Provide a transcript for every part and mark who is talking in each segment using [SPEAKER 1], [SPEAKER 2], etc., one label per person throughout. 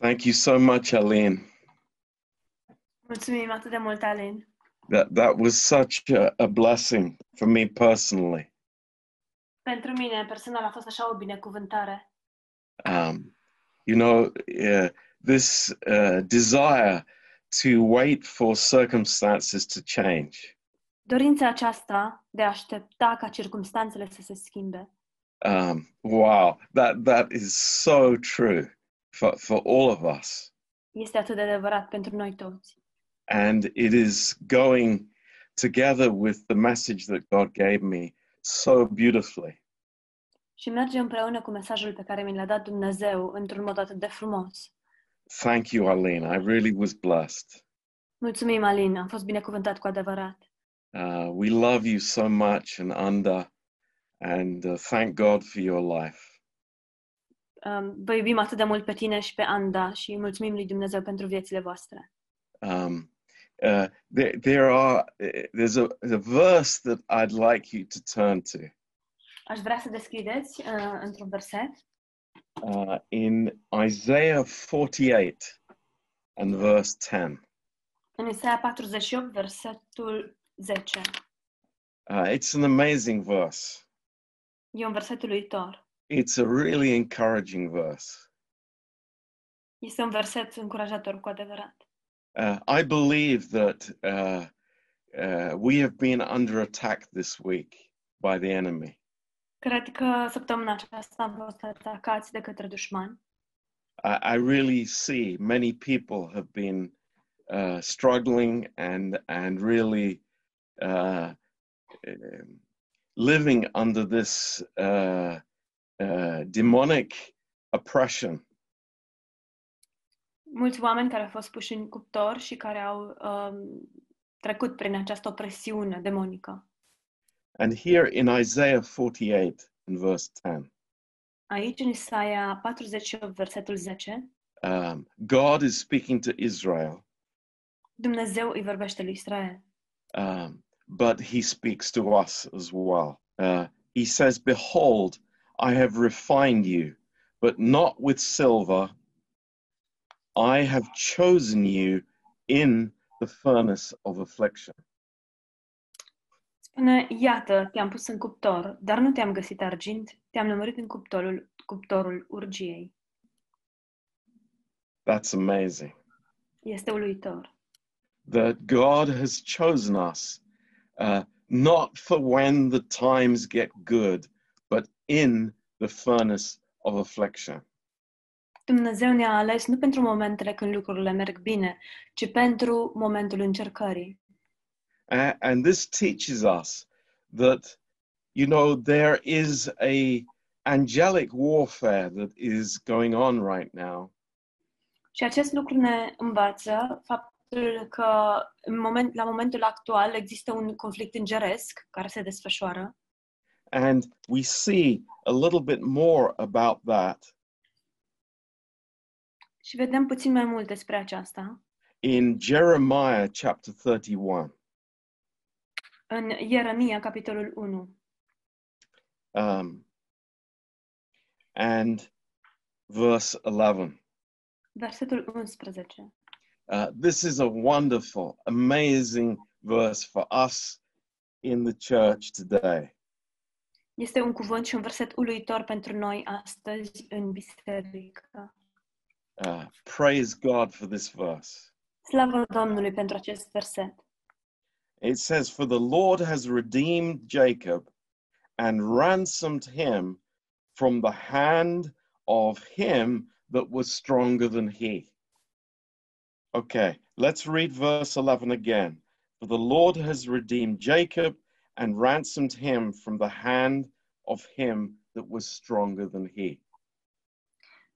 [SPEAKER 1] Thank you so much, Aline.
[SPEAKER 2] Mulțumim atât de mult, Alin.
[SPEAKER 1] That that was such a, a blessing for me personally.
[SPEAKER 2] Pentru mine, personal, a fost așa o binecuvântare.
[SPEAKER 1] Um, you know, uh, this uh, desire to wait for circumstances to change.
[SPEAKER 2] Dorința aceasta de a aștepta ca circumstanțele să se schimbe.
[SPEAKER 1] Um, wow, that that is so true for for all of us.
[SPEAKER 2] Este atât de adevărat pentru noi toți.
[SPEAKER 1] and it is going together with the message that God gave me so beautifully.
[SPEAKER 2] Și merge împreună cu mesajul pe care mi l-a dat Dumnezeu într-un mod atât de frumos.
[SPEAKER 1] Thank you, Arlene. I really was blessed.
[SPEAKER 2] Mulțumim, Alin, am fost binecuvântat cu adevărat.
[SPEAKER 1] Uh, we love you so much and under, and uh, thank God for your life.
[SPEAKER 2] Um, Vă iubim atât de mult pe tine și pe Anda și mulțumim lui Dumnezeu pentru viețile voastre.
[SPEAKER 1] Um, uh, there, there are eh, there's a, a verse that I'd like you to turn to
[SPEAKER 2] Aș vrea să deschideți uh, într-un verset
[SPEAKER 1] uh, in Isaiah 48 and verse 10.
[SPEAKER 2] în Isaia 48, versetul 10.
[SPEAKER 1] Uh, it's an amazing verse.
[SPEAKER 2] E un verset uitor.
[SPEAKER 1] It's a really encouraging verse.
[SPEAKER 2] Este un verset încurajator cu adevărat.
[SPEAKER 1] Uh, I believe that uh, uh, we have been under attack this week by the enemy.
[SPEAKER 2] Cred că săptămâna aceasta am fost atacați de către dușmani.
[SPEAKER 1] I, I really see many people have been uh, struggling and and really uh, um, living under this uh, uh, demonic oppression.
[SPEAKER 2] Mulți oameni care au fost puși în cuptor și care au um, trecut prin această opresiune demonică.
[SPEAKER 1] And here in Isaiah 48 and verse 10.
[SPEAKER 2] Aici, în Isaia 48, versetul 10,
[SPEAKER 1] um, God is speaking to Israel,
[SPEAKER 2] Dumnezeu îi vorbește lui Israel.
[SPEAKER 1] um, but he speaks to us as well. Uh, he says, Behold, I have refined you, but not with silver. I have chosen you in the furnace of affliction.
[SPEAKER 2] Spune, iată, te-am pus în cuptor, dar nu te-am găsit argint, te-am lămurit în cuptorul, cuptorul urgiei.
[SPEAKER 1] That's amazing.
[SPEAKER 2] Este uluitor.
[SPEAKER 1] That God has chosen us uh, not for when the times get good, but in the furnace of affliction.
[SPEAKER 2] Dumnezeu ne-a ales nu pentru momentele când lucrurile merg bine, ci pentru momentul încercării.
[SPEAKER 1] A- and this teaches us that you know there is a angelic warfare that is going on right now
[SPEAKER 2] Și acest lucru ne învață faptul că în moment, la momentul actual există un conflict îngeresc care se desfășoară
[SPEAKER 1] and we see a little bit more about that
[SPEAKER 2] și vedem puțin mai mult despre aceasta
[SPEAKER 1] in jeremiah chapter 31
[SPEAKER 2] în Ieremia, capitolul 1,
[SPEAKER 1] um, and verse 11
[SPEAKER 2] versetul 11.
[SPEAKER 1] uh, this is a wonderful amazing verse for us in the church today
[SPEAKER 2] Este un cuvânt și un verset uluitor pentru noi astăzi în biserică.
[SPEAKER 1] Uh, praise God for this verse.
[SPEAKER 2] Slavă Domnului pentru acest verset.
[SPEAKER 1] It says, For the Lord has redeemed Jacob and ransomed him from the hand of him that was stronger than he. Okay, let's read verse 11 again. For the Lord has redeemed Jacob and ransomed him from the hand of him that was stronger than he.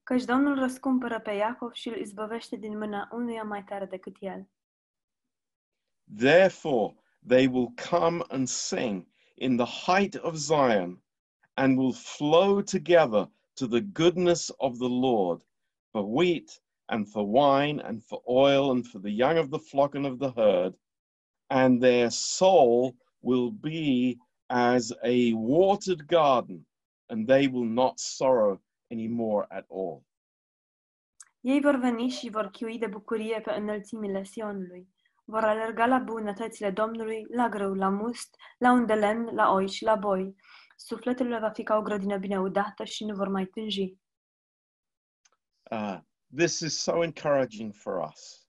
[SPEAKER 2] Căci Domnul răscumpără pe Iacov și îl izbăvește din mâna unuia mai tare decât el.
[SPEAKER 1] Therefore, they will come and sing in the height of Zion and will flow together to the goodness of the Lord for wheat and for wine and for oil and for the young of the flock and of the herd. And their soul will be as a watered garden, and they will not sorrow any more at all.
[SPEAKER 2] Ei vor veni și vor chiui de bucurie pe înălțimile Sionului. Vor alerga la bunătățile Domnului, la grâu, la must, la un de lemn, la oi și la boi. Sufletul le va fi ca o grădină bine udată și nu vor mai tânji.
[SPEAKER 1] Uh, this is so encouraging for us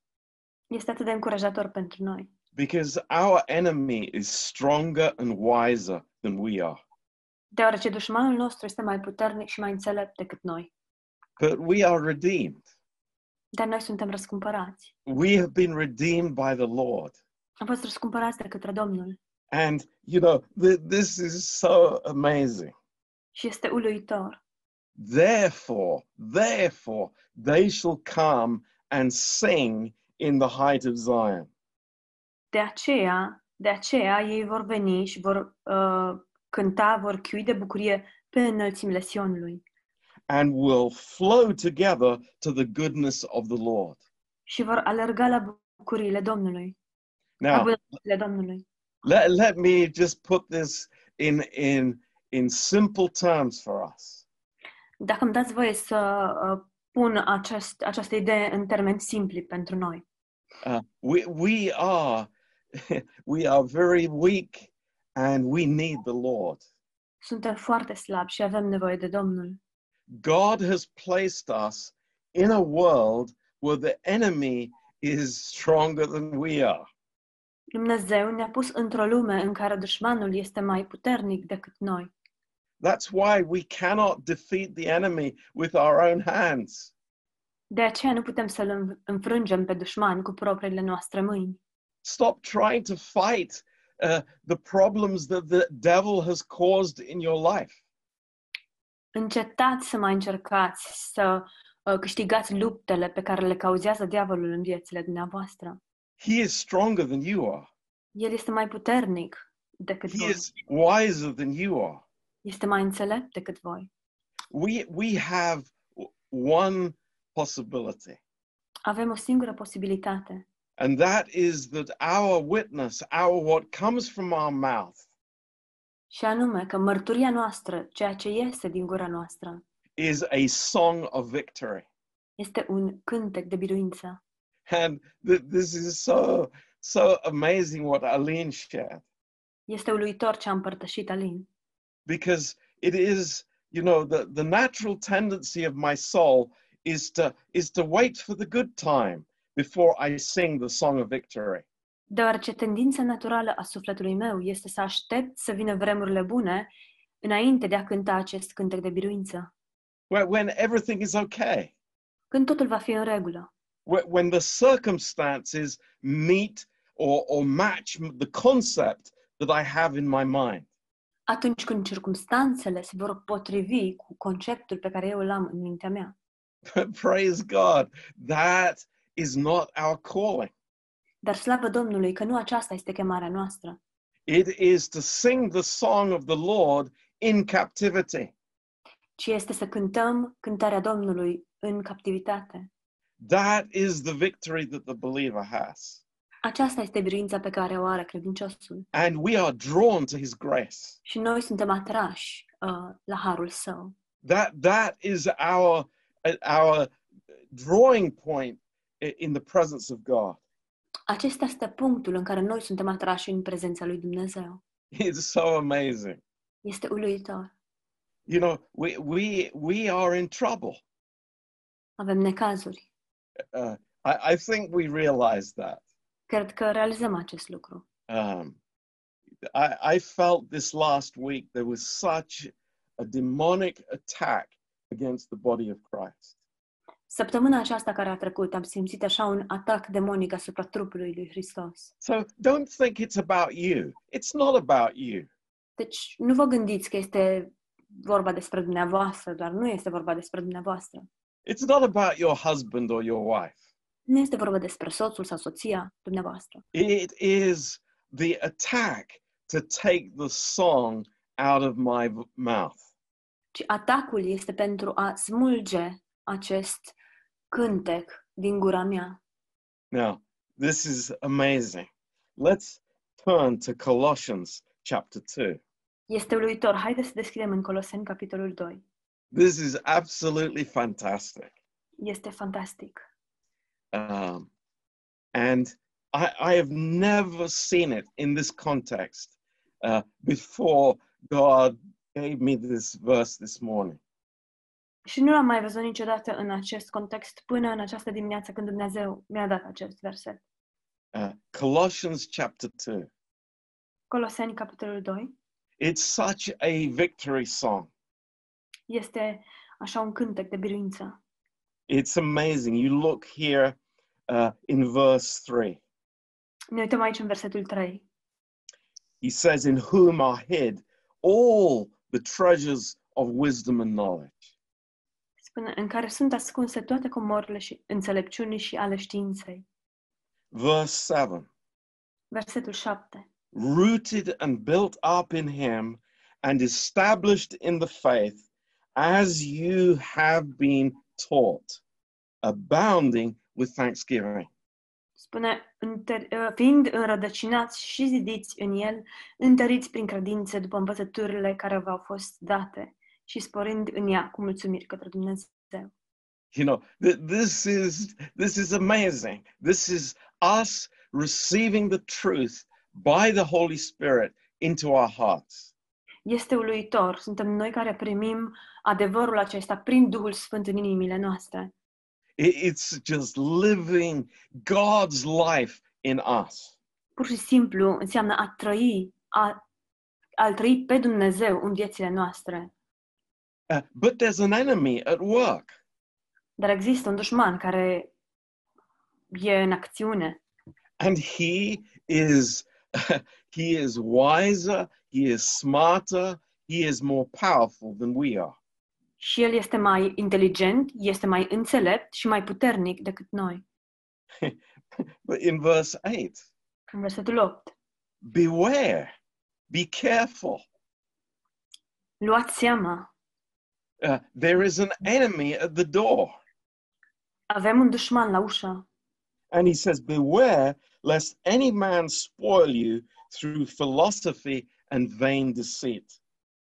[SPEAKER 2] Este atât de încurajator pentru noi,
[SPEAKER 1] because our enemy is stronger and wiser than we are.
[SPEAKER 2] deoarece dușmanul nostru este mai puternic și mai înțelept decât noi.
[SPEAKER 1] But we are redeemed.
[SPEAKER 2] Dar noi suntem răscumpărați.
[SPEAKER 1] We have been redeemed by the Lord.
[SPEAKER 2] Am fost răscumpărați de către Domnul
[SPEAKER 1] And, you know, th- this is so amazing.
[SPEAKER 2] și este uluitor.
[SPEAKER 1] Therefore, therefore, they shall come and sing in the height of Zion.
[SPEAKER 2] De aceea, de aceea ei vor veni și vor uh, cânta, vor chiui de bucurie pe înălțimile Sionului
[SPEAKER 1] and will flow together to the goodness of the Lord.
[SPEAKER 2] și vor alerga la bucuriile Domnului, la
[SPEAKER 1] Now,
[SPEAKER 2] bunătățile Domnului.
[SPEAKER 1] let, let me just put this in, in, in simple terms for us.
[SPEAKER 2] Dacă îmi dați voie să uh, pun acest, această idee în termeni simpli pentru noi.
[SPEAKER 1] Uh, we, we, are, we are very weak and we need the Lord.
[SPEAKER 2] Suntem foarte slabi și avem nevoie de Domnul.
[SPEAKER 1] God has placed us in a world where the enemy is stronger than we are.
[SPEAKER 2] Dumnezeu ne-a pus într-o lume în care dușmanul este mai puternic decât noi.
[SPEAKER 1] That's why we cannot defeat the enemy with our own hands.
[SPEAKER 2] De aceea nu putem să-l înv- înfrângem pe dușman cu propriile noastre mâini.
[SPEAKER 1] Stop trying to fight uh, the problems that the devil has caused in your life.
[SPEAKER 2] Încetați să mai încercați să uh, câștigați luptele pe care le cauzează diavolul în viețile dumneavoastră.
[SPEAKER 1] He is stronger than you are.
[SPEAKER 2] El este mai puternic decât
[SPEAKER 1] He
[SPEAKER 2] voi.
[SPEAKER 1] is wiser than you are.
[SPEAKER 2] Este mai înțelept decât voi.
[SPEAKER 1] We we have w- one possibility,
[SPEAKER 2] Avem o singură posibilitate
[SPEAKER 1] and that is that our witness, our what comes from our mouth,
[SPEAKER 2] și anume că mărturia noastră, ceea ce iese din gura noastră,
[SPEAKER 1] is a song of victory.
[SPEAKER 2] este un cântec de biruință.
[SPEAKER 1] And th- this is so so amazing what Aline shared.
[SPEAKER 2] Este uluitor ce a împărtășit Alin.
[SPEAKER 1] because it is you know the, the natural tendency of my soul is to is to wait for the good time before i sing the song of victory
[SPEAKER 2] deoarece tendința naturală a sufletului meu este să aștept să vină vremurile bune înainte de a cânta acest cântec de biruință.
[SPEAKER 1] when, when everything is okay
[SPEAKER 2] Când totul va fi în regulă,
[SPEAKER 1] when, when the circumstances meet or, or match m- the concept that i have in my mind
[SPEAKER 2] atunci când circumstanțele se vor potrivi cu conceptul pe care eu îl am în mintea mea.
[SPEAKER 1] but praise god that is not our calling
[SPEAKER 2] Dar slavă Domnului că nu aceasta este chemarea noastră,
[SPEAKER 1] it is to sing the song of the lord in captivity
[SPEAKER 2] ci este să cântăm cântarea Domnului în captivitate.
[SPEAKER 1] that is the victory that the believer has
[SPEAKER 2] Aceasta este biruința pe care o are credinciosul
[SPEAKER 1] and we are drawn to his grace
[SPEAKER 2] și noi suntem atrași uh, la harul său.
[SPEAKER 1] that that is our uh, our drawing point i- in the presence of god
[SPEAKER 2] Acesta este punctul în care noi suntem atrași în prezența lui Dumnezeu.
[SPEAKER 1] it's so amazing
[SPEAKER 2] Este uluitor.
[SPEAKER 1] you know we we we are in trouble
[SPEAKER 2] Avem necazuri.
[SPEAKER 1] uh, I, I think we realize that
[SPEAKER 2] Cred că realizăm acest lucru.
[SPEAKER 1] um, I, I felt this last week there was such a demonic attack against the body of christ
[SPEAKER 2] Săptămâna aceasta care a trecut am simțit așa un atac demonic asupra trupului lui Hristos.
[SPEAKER 1] so don't think it's about you it's not about you
[SPEAKER 2] Deci nu vă gândiți că este vorba despre dumneavoastră, doar nu este vorba despre dumneavoastră.
[SPEAKER 1] it's not about your husband or your wife
[SPEAKER 2] Nu este vorba despre soțul sau soția dumneavoastră.
[SPEAKER 1] It is the attack to take the song out of my v- mouth.
[SPEAKER 2] Ci atacul este pentru a smulge acest cântec din gura mea.
[SPEAKER 1] Now, this is amazing. Let's turn to Colossians chapter 2.
[SPEAKER 2] Este uluitor. Haideți să deschidem în Coloseni, capitolul 2.
[SPEAKER 1] This is absolutely fantastic.
[SPEAKER 2] Este fantastic.
[SPEAKER 1] Um, and I, I have never seen it in this context uh, before God gave me this verse this morning.
[SPEAKER 2] Și nu l-am mai văzut niciodată în acest context până în această dimineață când Dumnezeu mi-a dat acest verset.
[SPEAKER 1] Uh, Colossians chapter 2.
[SPEAKER 2] Coloseni, capitolul 2,
[SPEAKER 1] It's such a victory song.
[SPEAKER 2] este așa un cântec de biruință.
[SPEAKER 1] It's amazing. You look here uh, in verse 3.
[SPEAKER 2] Ne uităm aici în versetul 3.
[SPEAKER 1] He says, In whom are hid all the treasures of wisdom and knowledge.
[SPEAKER 2] Spune, în care sunt ascunse toate comorile și înțelepciunii și ale științei.
[SPEAKER 1] Verse 7.
[SPEAKER 2] Versetul 7.
[SPEAKER 1] rooted and built up in him and established in the faith as you have been taught, abounding with thanksgiving.
[SPEAKER 2] Spune, "Înter- ă, fiind înrădăcinați și zidiți în el, întăriți prin credință după învățăturile care v-au fost date și sporind în ea cu mulțumiri către Dumnezeu.
[SPEAKER 1] You know, th- this is this is amazing. This is us receiving the truth by the Holy Spirit into our hearts.
[SPEAKER 2] Este uluitor. Suntem noi care primim adevărul acesta prin Duhul Sfânt în inimile noastre.
[SPEAKER 1] I- It's just living God's life in us.
[SPEAKER 2] Pur și simplu înseamnă a trăi, a, a trăi pe Dumnezeu în viețile noastre.
[SPEAKER 1] Uh, but there's an enemy at work.
[SPEAKER 2] Dar există un dușman care e în acțiune
[SPEAKER 1] and he is he is wiser he is smarter he is more powerful than we are
[SPEAKER 2] și el este mai inteligent, este mai înțelept și mai puternic decât noi.
[SPEAKER 1] but in verse 8
[SPEAKER 2] În versetul 8.
[SPEAKER 1] beware be careful
[SPEAKER 2] Luați seama,
[SPEAKER 1] Uh, there is an enemy at the door
[SPEAKER 2] avem un dușman la ușă.
[SPEAKER 1] and he says beware lest any man spoil you through philosophy and vain deceit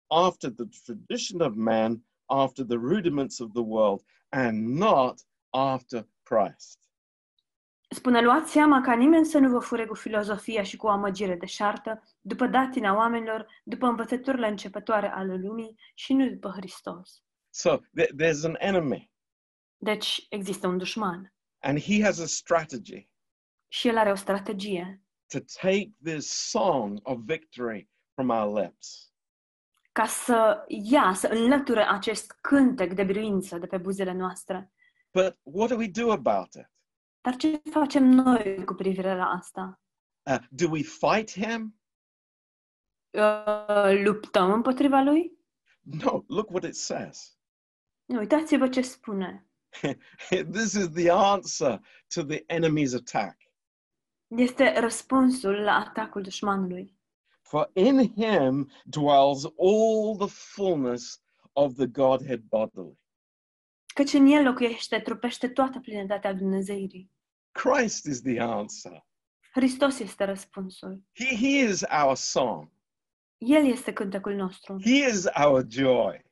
[SPEAKER 1] after the tradition of man after the rudiments of the world and not after christ
[SPEAKER 2] Spune, luați seama ca nimeni să nu vă fure cu filozofia și cu o amăgire deșartă, după datina oamenilor, după învățăturile începătoare ale lumii și nu după Hristos.
[SPEAKER 1] So th- there's an enemy,
[SPEAKER 2] Deci există un dușman
[SPEAKER 1] and he has a strategy
[SPEAKER 2] și el are o strategie
[SPEAKER 1] to take this song of victory from our lips.
[SPEAKER 2] ca să ia, să înlăture acest cântec de biruință de pe buzele noastre.
[SPEAKER 1] But what do we do about it?
[SPEAKER 2] Dar ce facem noi cu privire la asta?
[SPEAKER 1] Uh, do we fight him?
[SPEAKER 2] Uh, Luptăm împotriva lui?
[SPEAKER 1] No, look what it says.
[SPEAKER 2] Nu, Uitați-vă ce spune.
[SPEAKER 1] this is the answer to the enemy's attack.
[SPEAKER 2] Este răspunsul la atacul dușmanului.
[SPEAKER 1] For in him dwells all the fullness of the Godhead bodily.
[SPEAKER 2] Căci în el locuiește, trupește toată plinătatea Dumnezeirii.
[SPEAKER 1] Christ is the answer.
[SPEAKER 2] Hristos este răspunsul.
[SPEAKER 1] He, he is our song,
[SPEAKER 2] El este cântecul nostru.
[SPEAKER 1] He is our joy,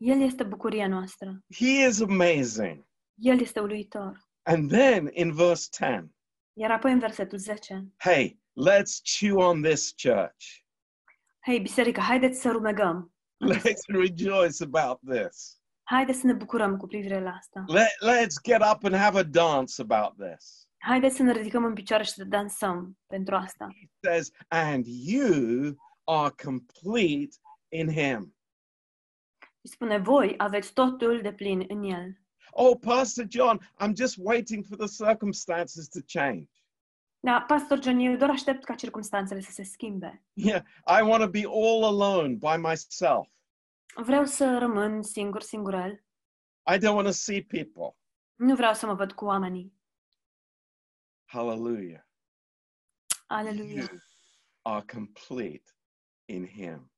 [SPEAKER 2] El este bucuria noastră.
[SPEAKER 1] He is amazing.
[SPEAKER 2] El este uluitor.
[SPEAKER 1] And then in verse 10,
[SPEAKER 2] Iar apoi în versetul 10.
[SPEAKER 1] hey, let's chew on this church.
[SPEAKER 2] Hei, biserică, haideți să rumegăm.
[SPEAKER 1] Let's rejoice about this.
[SPEAKER 2] Haideți să ne bucurăm cu privire la asta.
[SPEAKER 1] Let, let's get up and have a dance about this.
[SPEAKER 2] Haideți să ne ridicăm în picioare și să dansăm pentru asta.
[SPEAKER 1] It says, and you are complete in him.
[SPEAKER 2] Și spune, voi aveți totul de plin în el.
[SPEAKER 1] Oh, Pastor John, I'm just waiting for the circumstances to change.
[SPEAKER 2] Da, pastor John, eu doar aștept ca circumstanțele să se schimbe.
[SPEAKER 1] Yeah, I want to be all alone by myself.
[SPEAKER 2] Vreau să rămân singur, singurel.
[SPEAKER 1] I don't want to see people.
[SPEAKER 2] Nu vreau să mă văd cu oamenii.
[SPEAKER 1] Hallelujah.
[SPEAKER 2] Aleluia.
[SPEAKER 1] You are complete in him.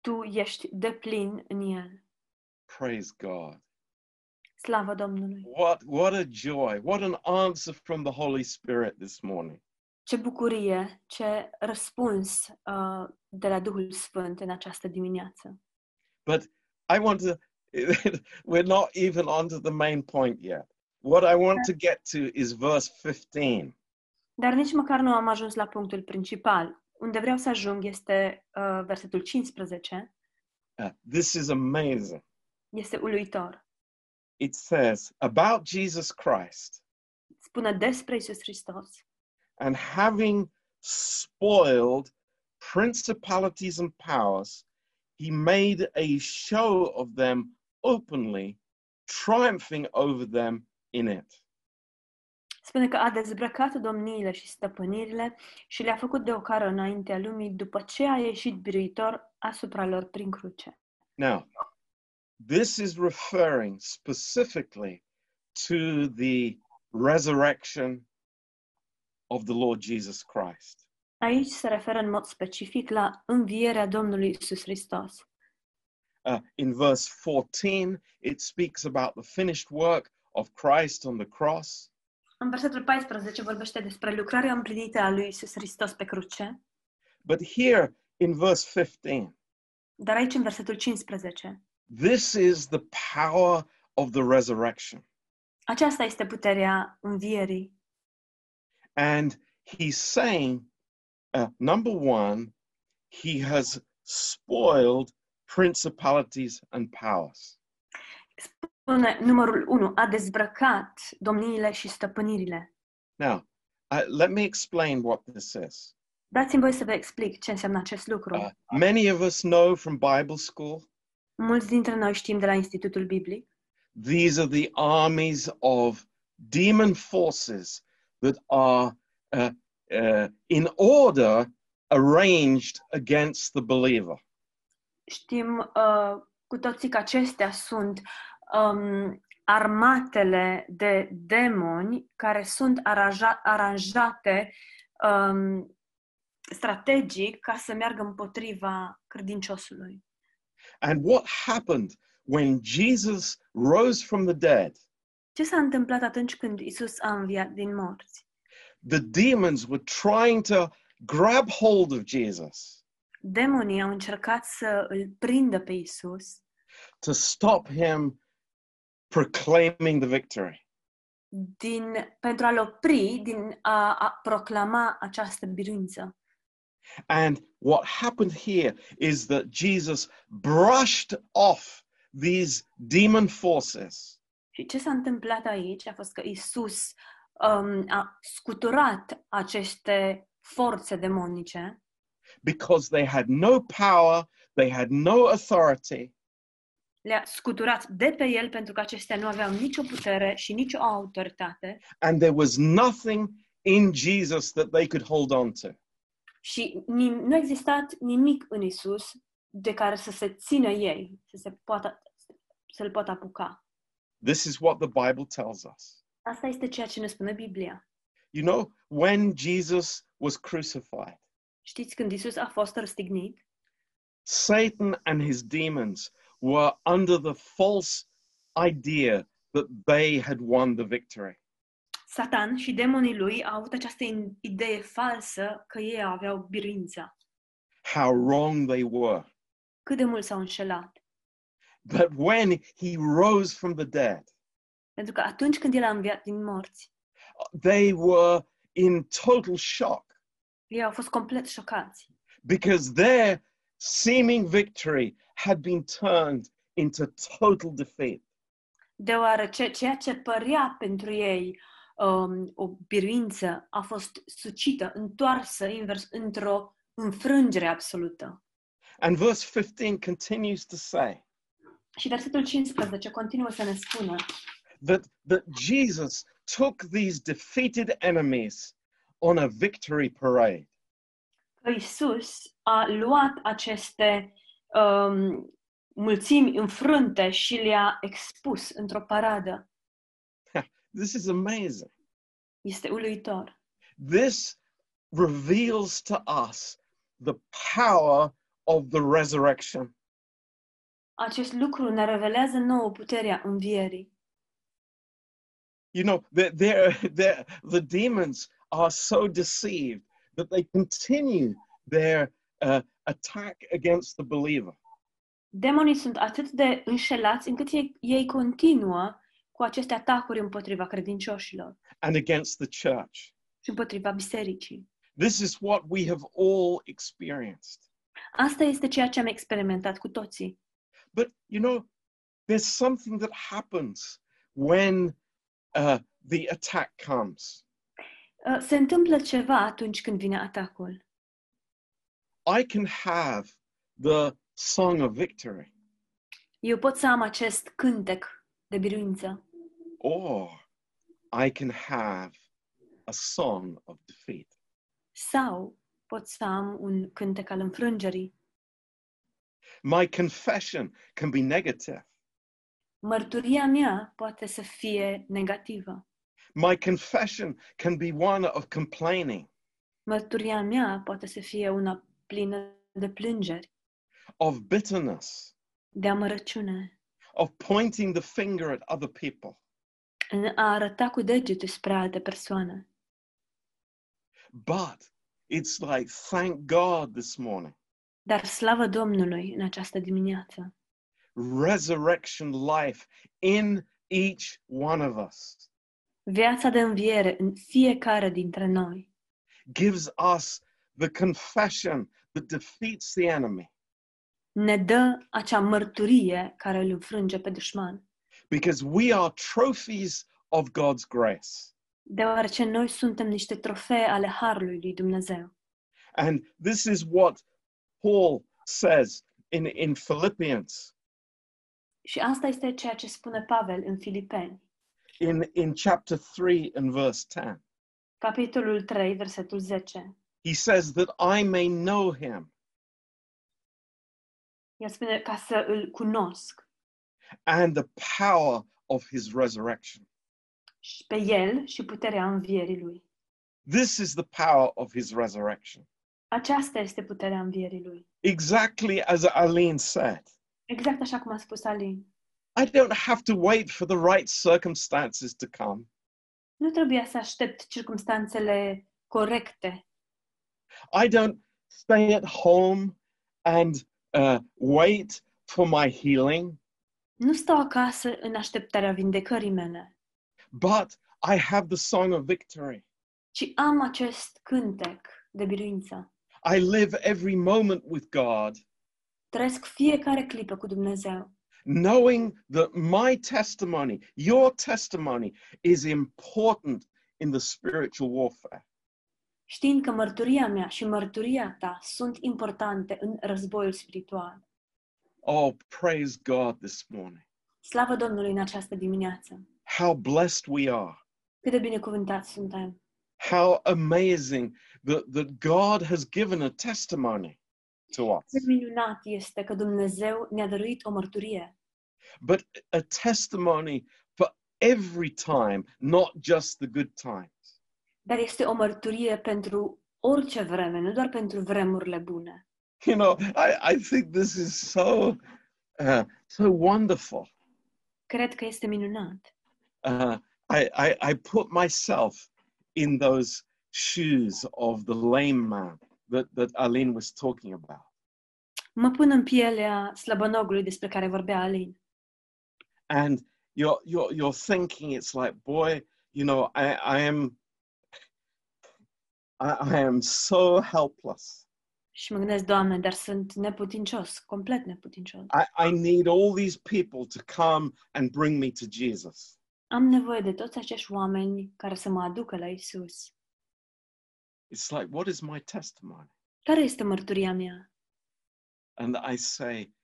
[SPEAKER 2] Tu ești de plin în el.
[SPEAKER 1] Praise God.
[SPEAKER 2] Slavă Domnului.
[SPEAKER 1] What what a joy. What an answer from the Holy Spirit this morning.
[SPEAKER 2] Ce bucurie, ce răspuns uh, de la Duhul Sfânt în această dimineață.
[SPEAKER 1] I want to We're not even onto the main point yet. What I want to get to is verse 15.
[SPEAKER 2] Dar nici măcar nu am ajuns la punctul principal. Unde vreau să ajung este uh, versetul 15.
[SPEAKER 1] Uh, this is amazing.
[SPEAKER 2] Este uluitor.
[SPEAKER 1] It says, About Jesus Christ,
[SPEAKER 2] Spune despre Isus Hristos.
[SPEAKER 1] and having spoiled principalities and powers, he made a show of them openly, triumphing over them in it.
[SPEAKER 2] Spune că a dezbrăcat domniile și stăpânirile și le-a făcut de ocară înaintea lumii, după ce a ieșit biruitor asupra lor prin cruce.
[SPEAKER 1] Now, this is referring specifically to the resurrection of the Lord Jesus Christ.
[SPEAKER 2] Aici se referă în mod specific la învierea Domnului Isus Hristos.
[SPEAKER 1] Uh, in verse 14, it speaks about the finished work of Christ on the cross.
[SPEAKER 2] În versetul 14 vorbește despre lucrarea împlinită a lui Isus Hristos pe cruce,
[SPEAKER 1] But here in verse 15,
[SPEAKER 2] dar aici în versetul 15.
[SPEAKER 1] this is the power of the resurrection.
[SPEAKER 2] Aceasta este puterea învierii.
[SPEAKER 1] And he's saying, uh, number one, he has spoiled principalities and powers.
[SPEAKER 2] Spune numărul 1, a dezbrăcat domniile și stăpânirile.
[SPEAKER 1] Now, uh, let me explain what this is.
[SPEAKER 2] Dați-mi voi să vă explic ce înseamnă acest lucru.
[SPEAKER 1] Uh, many of us know from Bible school,
[SPEAKER 2] Mulți dintre noi știm de la Institutul Biblic.
[SPEAKER 1] these are the armies of demon forces that are uh, uh, in order arranged against the believer.
[SPEAKER 2] Știm uh, cu toții că acestea sunt um, armatele de demoni care sunt aranja- aranjate um, strategic ca să meargă împotriva credinciosului.
[SPEAKER 1] And what happened when Jesus rose from the dead?
[SPEAKER 2] Ce s-a întâmplat atunci când Isus a înviat din morți?
[SPEAKER 1] The demons were trying to grab hold of Jesus
[SPEAKER 2] Demonii au încercat să îl prindă pe Isus
[SPEAKER 1] to stop him proclaiming the victory.
[SPEAKER 2] din, pentru a-l opri din a, a proclama această biruință.
[SPEAKER 1] And what happened here is that Jesus brushed off these demon forces
[SPEAKER 2] Și ce s-a întâmplat aici a fost că Isus um, a scuturat aceste forțe demonice
[SPEAKER 1] because they had no power, they had no authority,
[SPEAKER 2] le-a scuturat de pe el pentru că acestea nu aveau nicio putere și nicio autoritate
[SPEAKER 1] and there was nothing in Jesus that they could hold on to.
[SPEAKER 2] și nim- nu a existat nimic în Isus de care să se țină ei, să se poată, să-l poată apuca.
[SPEAKER 1] This is what the Bible tells us.
[SPEAKER 2] Asta este ceea ce ne spune Biblia.
[SPEAKER 1] You know, when Jesus was crucified,
[SPEAKER 2] Știți, când Isus a fost răstignit,
[SPEAKER 1] Satan and his demons were under the false idea that they had won the victory.
[SPEAKER 2] Satan și demonii lui au avut această in- idee falsă că ei aveau biruința.
[SPEAKER 1] How wrong they were.
[SPEAKER 2] cât de mult s-au înșelat.
[SPEAKER 1] But when he rose from the dead,
[SPEAKER 2] Pentru că atunci când el a înviat din morți,
[SPEAKER 1] they were in total shock
[SPEAKER 2] ei au fost complet șocați.
[SPEAKER 1] because their seeming victory had been turned into total defeat.
[SPEAKER 2] Deoarece ceea ce părea pentru ei um, o biruință a fost sucită, întoarsă invers, într-o înfrângere absolută.
[SPEAKER 1] And verse 15 continues to say,
[SPEAKER 2] Și versetul 15 continuă să ne spună
[SPEAKER 1] that, that Jesus took these defeated enemies on a victory parade.
[SPEAKER 2] că Isus a luat aceste um, mulțimi înfrânte și le-a expus într-o paradă.
[SPEAKER 1] This is amazing.
[SPEAKER 2] Este uluitor.
[SPEAKER 1] This reveals to us the power of the resurrection.
[SPEAKER 2] Acest lucru ne revelează nouă puterea învierii.
[SPEAKER 1] You know, the, the, the, the demons are so deceived that they continue their uh, attack against the believer.
[SPEAKER 2] Demonii sunt atât de înșelați încât ei, ei continuă cu aceste atacuri împotriva credincioșilor
[SPEAKER 1] and against the church.
[SPEAKER 2] și împotriva bisericii.
[SPEAKER 1] This is what we have all experienced.
[SPEAKER 2] Asta este ceea ce am experimentat cu toții.
[SPEAKER 1] But you know, there's something that happens when uh, the attack comes.
[SPEAKER 2] Uh, Se întâmplă ceva atunci când vine atacul.
[SPEAKER 1] I can have the song of victory,
[SPEAKER 2] Eu pot să am acest cântec de biruință
[SPEAKER 1] or I can have a song of defeat.
[SPEAKER 2] sau pot să am un cântec al înfrângerii.
[SPEAKER 1] My confession can be negative.
[SPEAKER 2] Mărturia mea poate să fie negativă.
[SPEAKER 1] My confession can be one of complaining,
[SPEAKER 2] Mărturia mea poate să fie una plină de plângeri,
[SPEAKER 1] of bitterness,
[SPEAKER 2] de amărăciune,
[SPEAKER 1] of pointing the finger at other people.
[SPEAKER 2] în a arăta cu degetul spre alte persoane.
[SPEAKER 1] But it's like, thank God this morning,
[SPEAKER 2] Dar slavă Domnului în această dimineață.
[SPEAKER 1] resurrection life in each one of us
[SPEAKER 2] Viața de înviere în fiecare dintre noi
[SPEAKER 1] gives us the confession that defeats the enemy
[SPEAKER 2] ne dă acea mărturie care îl înfrânge pe dușman,
[SPEAKER 1] because we are trophies of God's grace.
[SPEAKER 2] deoarece noi suntem niște trofee ale harului lui Dumnezeu.
[SPEAKER 1] And this is what Paul says in, in Philippians
[SPEAKER 2] Și asta este ceea ce spune Pavel în Filipeni,
[SPEAKER 1] in, in chapter 3 and verse 10.
[SPEAKER 2] capitolul 3, versetul 10.
[SPEAKER 1] He says that I may know him
[SPEAKER 2] El spune ca să îl cunosc
[SPEAKER 1] and the power of his resurrection.
[SPEAKER 2] și pe el și puterea învierii lui.
[SPEAKER 1] This is the power of his resurrection.
[SPEAKER 2] Aceasta este puterea învierii lui.
[SPEAKER 1] Exactly as Aline said,
[SPEAKER 2] Exact așa cum a spus Alin.
[SPEAKER 1] I don't have to wait for the right circumstances to come.
[SPEAKER 2] Nu trebuia să aștept circumstanțele corecte.
[SPEAKER 1] I don't stay at home and uh, wait for my healing,
[SPEAKER 2] Nu stau acasă în așteptarea vindecării mele,
[SPEAKER 1] but I have the song of victory.
[SPEAKER 2] ci am acest cântec de biruință.
[SPEAKER 1] I live every moment with God,
[SPEAKER 2] Trăiesc fiecare clipă cu Dumnezeu,
[SPEAKER 1] knowing that my testimony, your testimony, is important in the spiritual warfare.
[SPEAKER 2] știind că mărturia mea și mărturia ta sunt importante în războiul spiritual.
[SPEAKER 1] Oh, praise God this morning.
[SPEAKER 2] Slavă Domnului în această dimineață!
[SPEAKER 1] How blessed we are.
[SPEAKER 2] Cât de binecuvântați suntem!
[SPEAKER 1] how amazing that, that God has given a testimony to us,
[SPEAKER 2] Cât minunat este că Dumnezeu ne-a dăruit o mărturie,
[SPEAKER 1] but a testimony for every time, not just the good times.
[SPEAKER 2] dar este o mărturie pentru orice vreme, nu doar pentru vremurile bune.
[SPEAKER 1] You know, I, I think this is so, uh, so wonderful.
[SPEAKER 2] Cred că este minunat.
[SPEAKER 1] Uh, I, I, I put myself in those shoes of the lame man that, that Aline was talking about.
[SPEAKER 2] Mă pun în pielea slăbănogului despre care vorbea Alin.
[SPEAKER 1] and you're you're you're thinking it's like boy you know i i am i, I am so helpless
[SPEAKER 2] Și mă gândesc, Doamne, dar sunt neputincios, complet neputincios.
[SPEAKER 1] i i need all these people to come and bring me to jesus
[SPEAKER 2] Am nevoie de toți acești oameni care să mă aducă la Isus.
[SPEAKER 1] it's like what is my testimony
[SPEAKER 2] Care este mărturia mea?
[SPEAKER 1] and i say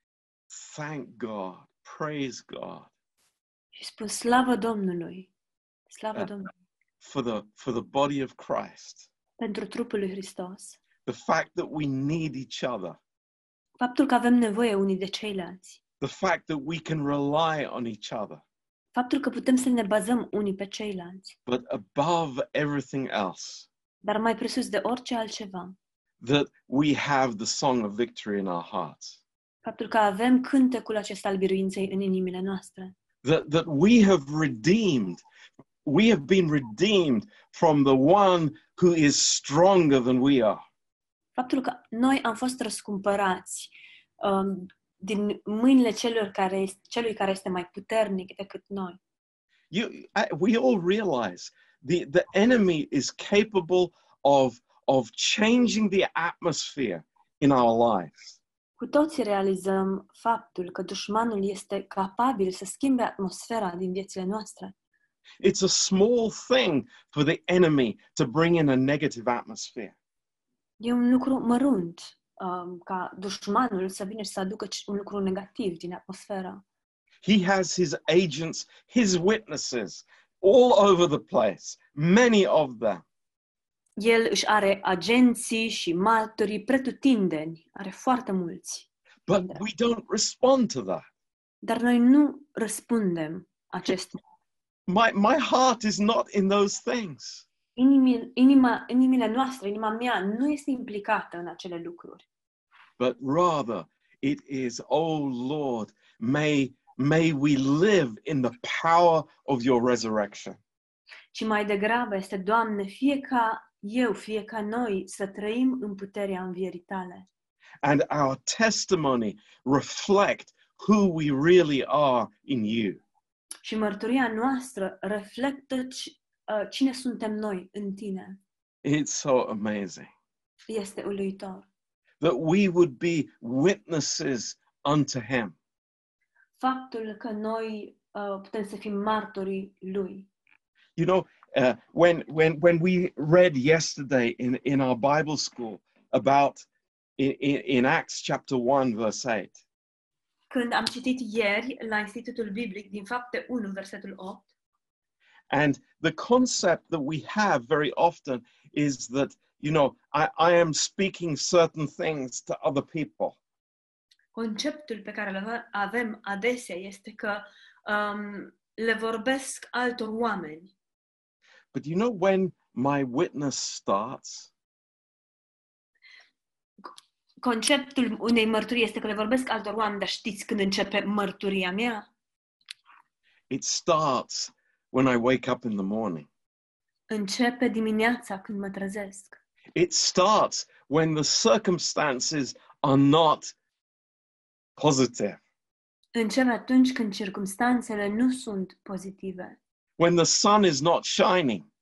[SPEAKER 1] thank god praise god
[SPEAKER 2] Și spun, slavă Domnului! Slavă
[SPEAKER 1] Da.
[SPEAKER 2] Domnului!
[SPEAKER 1] for the for the body of christ
[SPEAKER 2] Pentru trupul lui Hristos.
[SPEAKER 1] the fact that we need each other
[SPEAKER 2] Faptul că avem nevoie unii de ceilalți.
[SPEAKER 1] the fact that we can rely on each other
[SPEAKER 2] Faptul că putem să ne bazăm unii pe ceilalți.
[SPEAKER 1] but above everything else
[SPEAKER 2] Dar mai presus de orice altceva,
[SPEAKER 1] that we have the song of victory in our hearts,
[SPEAKER 2] faptul că avem cântecul acesta al biruinței în inimile noastre.
[SPEAKER 1] that, that we have redeemed, we have been redeemed from the one who is stronger than we are.
[SPEAKER 2] faptul că noi am fost răscumpărați um, din mâinile celor care, celui care este mai puternic decât noi.
[SPEAKER 1] You, I, we all realize the, the enemy is capable of, of changing the atmosphere in our lives.
[SPEAKER 2] Cu toții realizăm faptul că dușmanul este capabil să schimbe atmosfera din viețile noastre.
[SPEAKER 1] It's a small thing for the enemy to bring in a negative atmosphere.
[SPEAKER 2] E un lucru mărunt um, ca dușmanul să vină și să aducă c- un lucru negativ din atmosferă.
[SPEAKER 1] He has his agents, his witnesses all over the place, many of them.
[SPEAKER 2] El își are agenții și martorii pretutindeni, are foarte mulți,
[SPEAKER 1] But
[SPEAKER 2] Yeah.
[SPEAKER 1] we don't respond to that.
[SPEAKER 2] dar noi nu răspundem acestor.
[SPEAKER 1] My, my heart is not in those things.
[SPEAKER 2] Inimi, inima, inimile noastre, inima mea nu este implicată în acele lucruri,
[SPEAKER 1] but rather it is, oh Lord, may, may we live in the power of your resurrection.
[SPEAKER 2] ci mai degrabă este, Doamne, fie ca eu, fie ca noi să trăim în puterea învierii tale.
[SPEAKER 1] And our testimony reflect who we really are in you.
[SPEAKER 2] Și mărturia noastră reflectă ci- uh, cine suntem noi în tine.
[SPEAKER 1] It's so amazing
[SPEAKER 2] Este uluitor.
[SPEAKER 1] that we would be witnesses unto him.
[SPEAKER 2] faptul că noi uh, putem să fim martorii lui.
[SPEAKER 1] You know, uh, when, when, when we read yesterday in, in our Bible school about in, in, in Acts chapter 1, verse 8,
[SPEAKER 2] Când am citit ieri la Institutul Biblic din Fapte 1, versetul 8,
[SPEAKER 1] And the concept that we have very often is that, you know, I, I am speaking certain things to other people.
[SPEAKER 2] conceptul pe care îl ave- avem adesea este că um, le vorbesc altor oameni.
[SPEAKER 1] But you know when my witness starts?
[SPEAKER 2] Conceptul unei mărturii este că le vorbesc altor oameni, dar știți când începe mărturia mea?
[SPEAKER 1] It starts when I wake up in the morning.
[SPEAKER 2] Începe dimineața când mă trezesc.
[SPEAKER 1] It starts when the circumstances are not positive,
[SPEAKER 2] Începe atunci când circumstanțele nu sunt pozitive,
[SPEAKER 1] when the sun is not shining,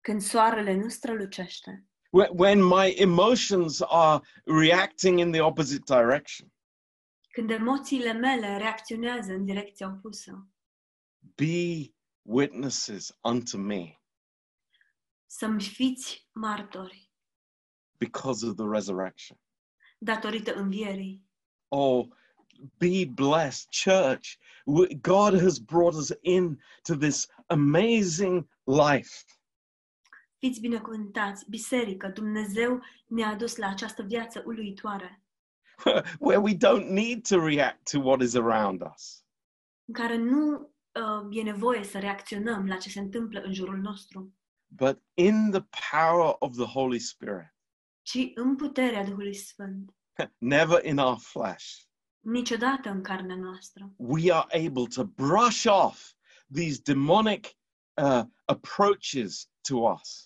[SPEAKER 2] când soarele nu strălucește,
[SPEAKER 1] wh- when my emotions are reacting in the opposite direction.
[SPEAKER 2] când emoțiile mele reacționează în direcția opusă.
[SPEAKER 1] Be witnesses unto me.
[SPEAKER 2] Să-mi fiți martori
[SPEAKER 1] because of the resurrection.
[SPEAKER 2] datorită învierii.
[SPEAKER 1] Oh, be blessed, church. W- God has brought us in to this amazing life.
[SPEAKER 2] Fiți binecuvântați, biserică, Dumnezeu ne-a dus la această viață uluitoare,
[SPEAKER 1] Where we don't need to react to what is around us.
[SPEAKER 2] în care nu uh, e nevoie să reacționăm la ce se întâmplă în jurul nostru,
[SPEAKER 1] But in the power of the Holy Spirit,
[SPEAKER 2] ci în puterea Duhului Sfânt,
[SPEAKER 1] never in our flesh,
[SPEAKER 2] niciodată în carnea noastră.
[SPEAKER 1] we are able to brush off these demonic uh, approaches to us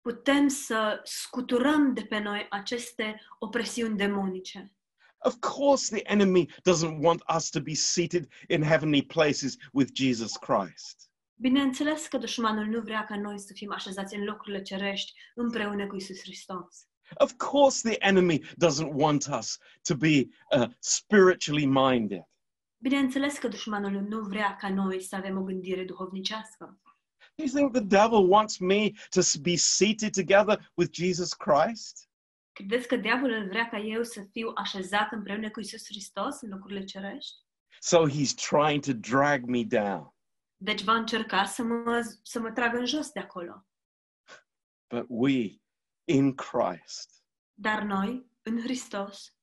[SPEAKER 2] Putem să scuturăm de pe noi aceste opresiuni demonice.
[SPEAKER 1] Of course, the enemy doesn't want us to be seated in heavenly places with Jesus Christ.
[SPEAKER 2] Bineînțeles că dușmanul nu vrea ca noi să fim așezați în locurile cerești împreună cu Isus Hristos.
[SPEAKER 1] Of course, the enemy doesn't want us to be uh, spiritually minded.
[SPEAKER 2] Bineînțeles că dușmanul nu vrea ca noi să avem o gândire duhovnicească.
[SPEAKER 1] Do you think the devil wants me to s- be seated together with Jesus Christ?
[SPEAKER 2] Credeți că diavolul vrea ca eu să fiu așezat împreună cu Isus Hristos în locurile cerești?
[SPEAKER 1] So he's trying to drag me down.
[SPEAKER 2] Deci va încerca să mă, să mă tragă în jos de acolo.
[SPEAKER 1] But we, in Christ,
[SPEAKER 2] Dar noi, în Hristos,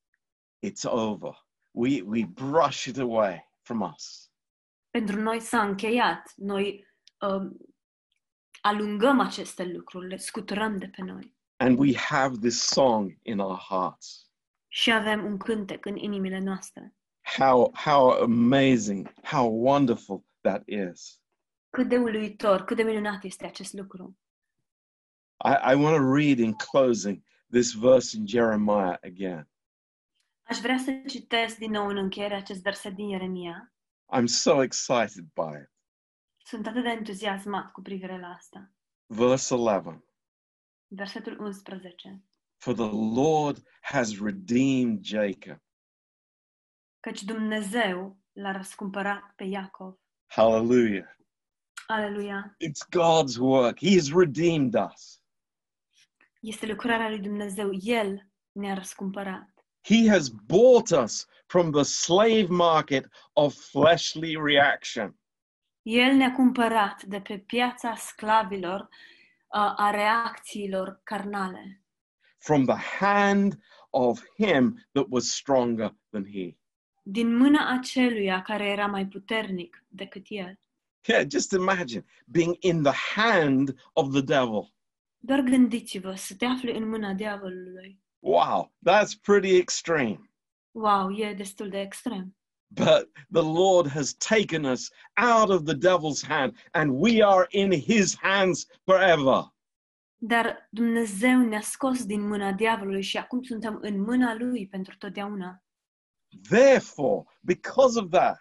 [SPEAKER 1] it's over. We, we brush it away from us.
[SPEAKER 2] pentru noi s-a încheiat. Noi um, alungăm aceste lucruri, le scuturăm de pe noi.
[SPEAKER 1] And we have this song in our hearts.
[SPEAKER 2] Și avem un cântec în inimile noastre.
[SPEAKER 1] how how amazing how wonderful that is
[SPEAKER 2] Cât de uluitor, cât de minunat este acest lucru.
[SPEAKER 1] i, I want to read in closing this verse in jeremiah again
[SPEAKER 2] Aș vrea să citesc din nou în încheiere acest verset din Ieremia.
[SPEAKER 1] I'm so excited by it.
[SPEAKER 2] Sunt atât de entuziasmat cu privire la asta.
[SPEAKER 1] Verse 11
[SPEAKER 2] Versetul 11.
[SPEAKER 1] For the Lord has redeemed Jacob.
[SPEAKER 2] Căci Dumnezeu l-a răscumpărat pe Iacov.
[SPEAKER 1] Hallelujah.
[SPEAKER 2] Aleluia!
[SPEAKER 1] It's God's work. He's redeemed us.
[SPEAKER 2] Este lucrarea lui Dumnezeu. El ne-a răscumpărat.
[SPEAKER 1] He has bought us from the slave market of fleshly reaction.
[SPEAKER 2] El ne-a cumpărat de pe piața sclavilor, uh, a reacțiilor carnale,
[SPEAKER 1] from the hand of him that was stronger than he.
[SPEAKER 2] din mâna aceluia care era mai puternic decât el.
[SPEAKER 1] Yeah, just imagine being in the hand of the devil.
[SPEAKER 2] Doar gândiți-vă să te afli în mâna diavolului.
[SPEAKER 1] Wow, that's pretty extreme.
[SPEAKER 2] Wow, e destul de extrem.
[SPEAKER 1] But the Lord has taken us out of the devil's hand and we are in his hands forever.
[SPEAKER 2] Dar Dumnezeu ne-a scos din mâna diavolului și acum suntem în mâna lui pentru totdeauna.
[SPEAKER 1] Therefore, because of that,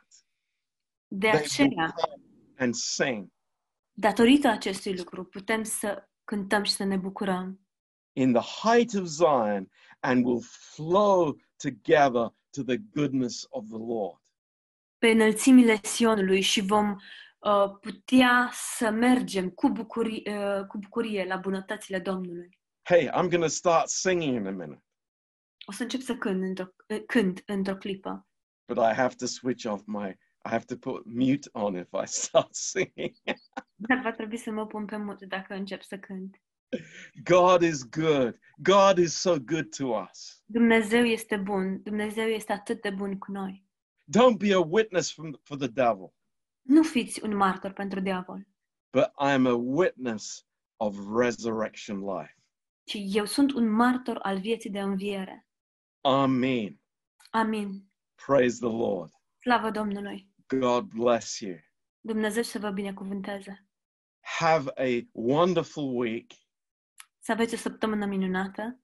[SPEAKER 2] De
[SPEAKER 1] they will
[SPEAKER 2] aceea,
[SPEAKER 1] come and sing
[SPEAKER 2] datorită acestui lucru, putem să cântăm și să ne bucurăm.
[SPEAKER 1] in the height of Zion and will flow together to the goodness of the Lord.
[SPEAKER 2] pe înălțimile Sionului și vom uh, putea să mergem cu bucurie, uh, cu bucurie la bunătățile Domnului.
[SPEAKER 1] Hey, I'm going to start singing in a minute,
[SPEAKER 2] O să încep să cânt într-o, uh, cânt într-o clipă,
[SPEAKER 1] but I have to switch off my, I have to put mute on if I start singing.
[SPEAKER 2] dar va trebui să mă pun pe mut dacă încep să cânt.
[SPEAKER 1] God is good. God is so good to us.
[SPEAKER 2] Dumnezeu este bun, Dumnezeu este atât de bun cu noi.
[SPEAKER 1] Don't be a witness from, for the devil,
[SPEAKER 2] Nu fiți un martor pentru diavol,
[SPEAKER 1] but I'm a witness of resurrection life.
[SPEAKER 2] ci eu sunt un martor al vieții de înviere.
[SPEAKER 1] Amen.
[SPEAKER 2] Amin.
[SPEAKER 1] Praise the Lord.
[SPEAKER 2] Slavă Domnului!
[SPEAKER 1] God bless you.
[SPEAKER 2] Dumnezeu să vă binecuvânteze!
[SPEAKER 1] Have a wonderful week.
[SPEAKER 2] Să aveți o săptămână minunată!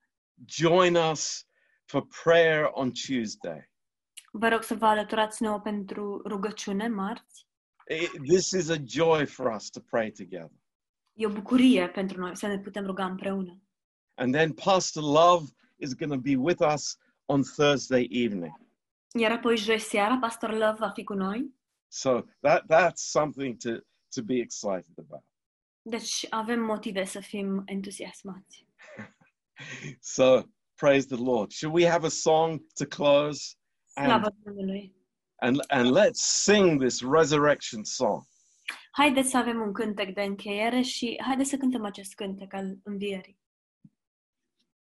[SPEAKER 1] Join us for prayer on Tuesday.
[SPEAKER 2] Vă rog să vă alăturați nouă pentru rugăciune marți.
[SPEAKER 1] It- this is a joy for us to pray together.
[SPEAKER 2] E o bucurie pentru noi să ne putem ruga împreună.
[SPEAKER 1] And then Pastor Love is going to be with us on Thursday evening.
[SPEAKER 2] Iar apoi joi seara, Pastor Love va fi cu noi.
[SPEAKER 1] So that that's something to to be excited about.
[SPEAKER 2] Deci avem motive să fim entuziasmați.
[SPEAKER 1] So praise the Lord. Should we have a song to close? And
[SPEAKER 2] Slavă Domnului!
[SPEAKER 1] and, and let's sing this resurrection song.
[SPEAKER 2] Haideți să avem un cântec de încheiere și haideți să cântăm acest cântec al învierii.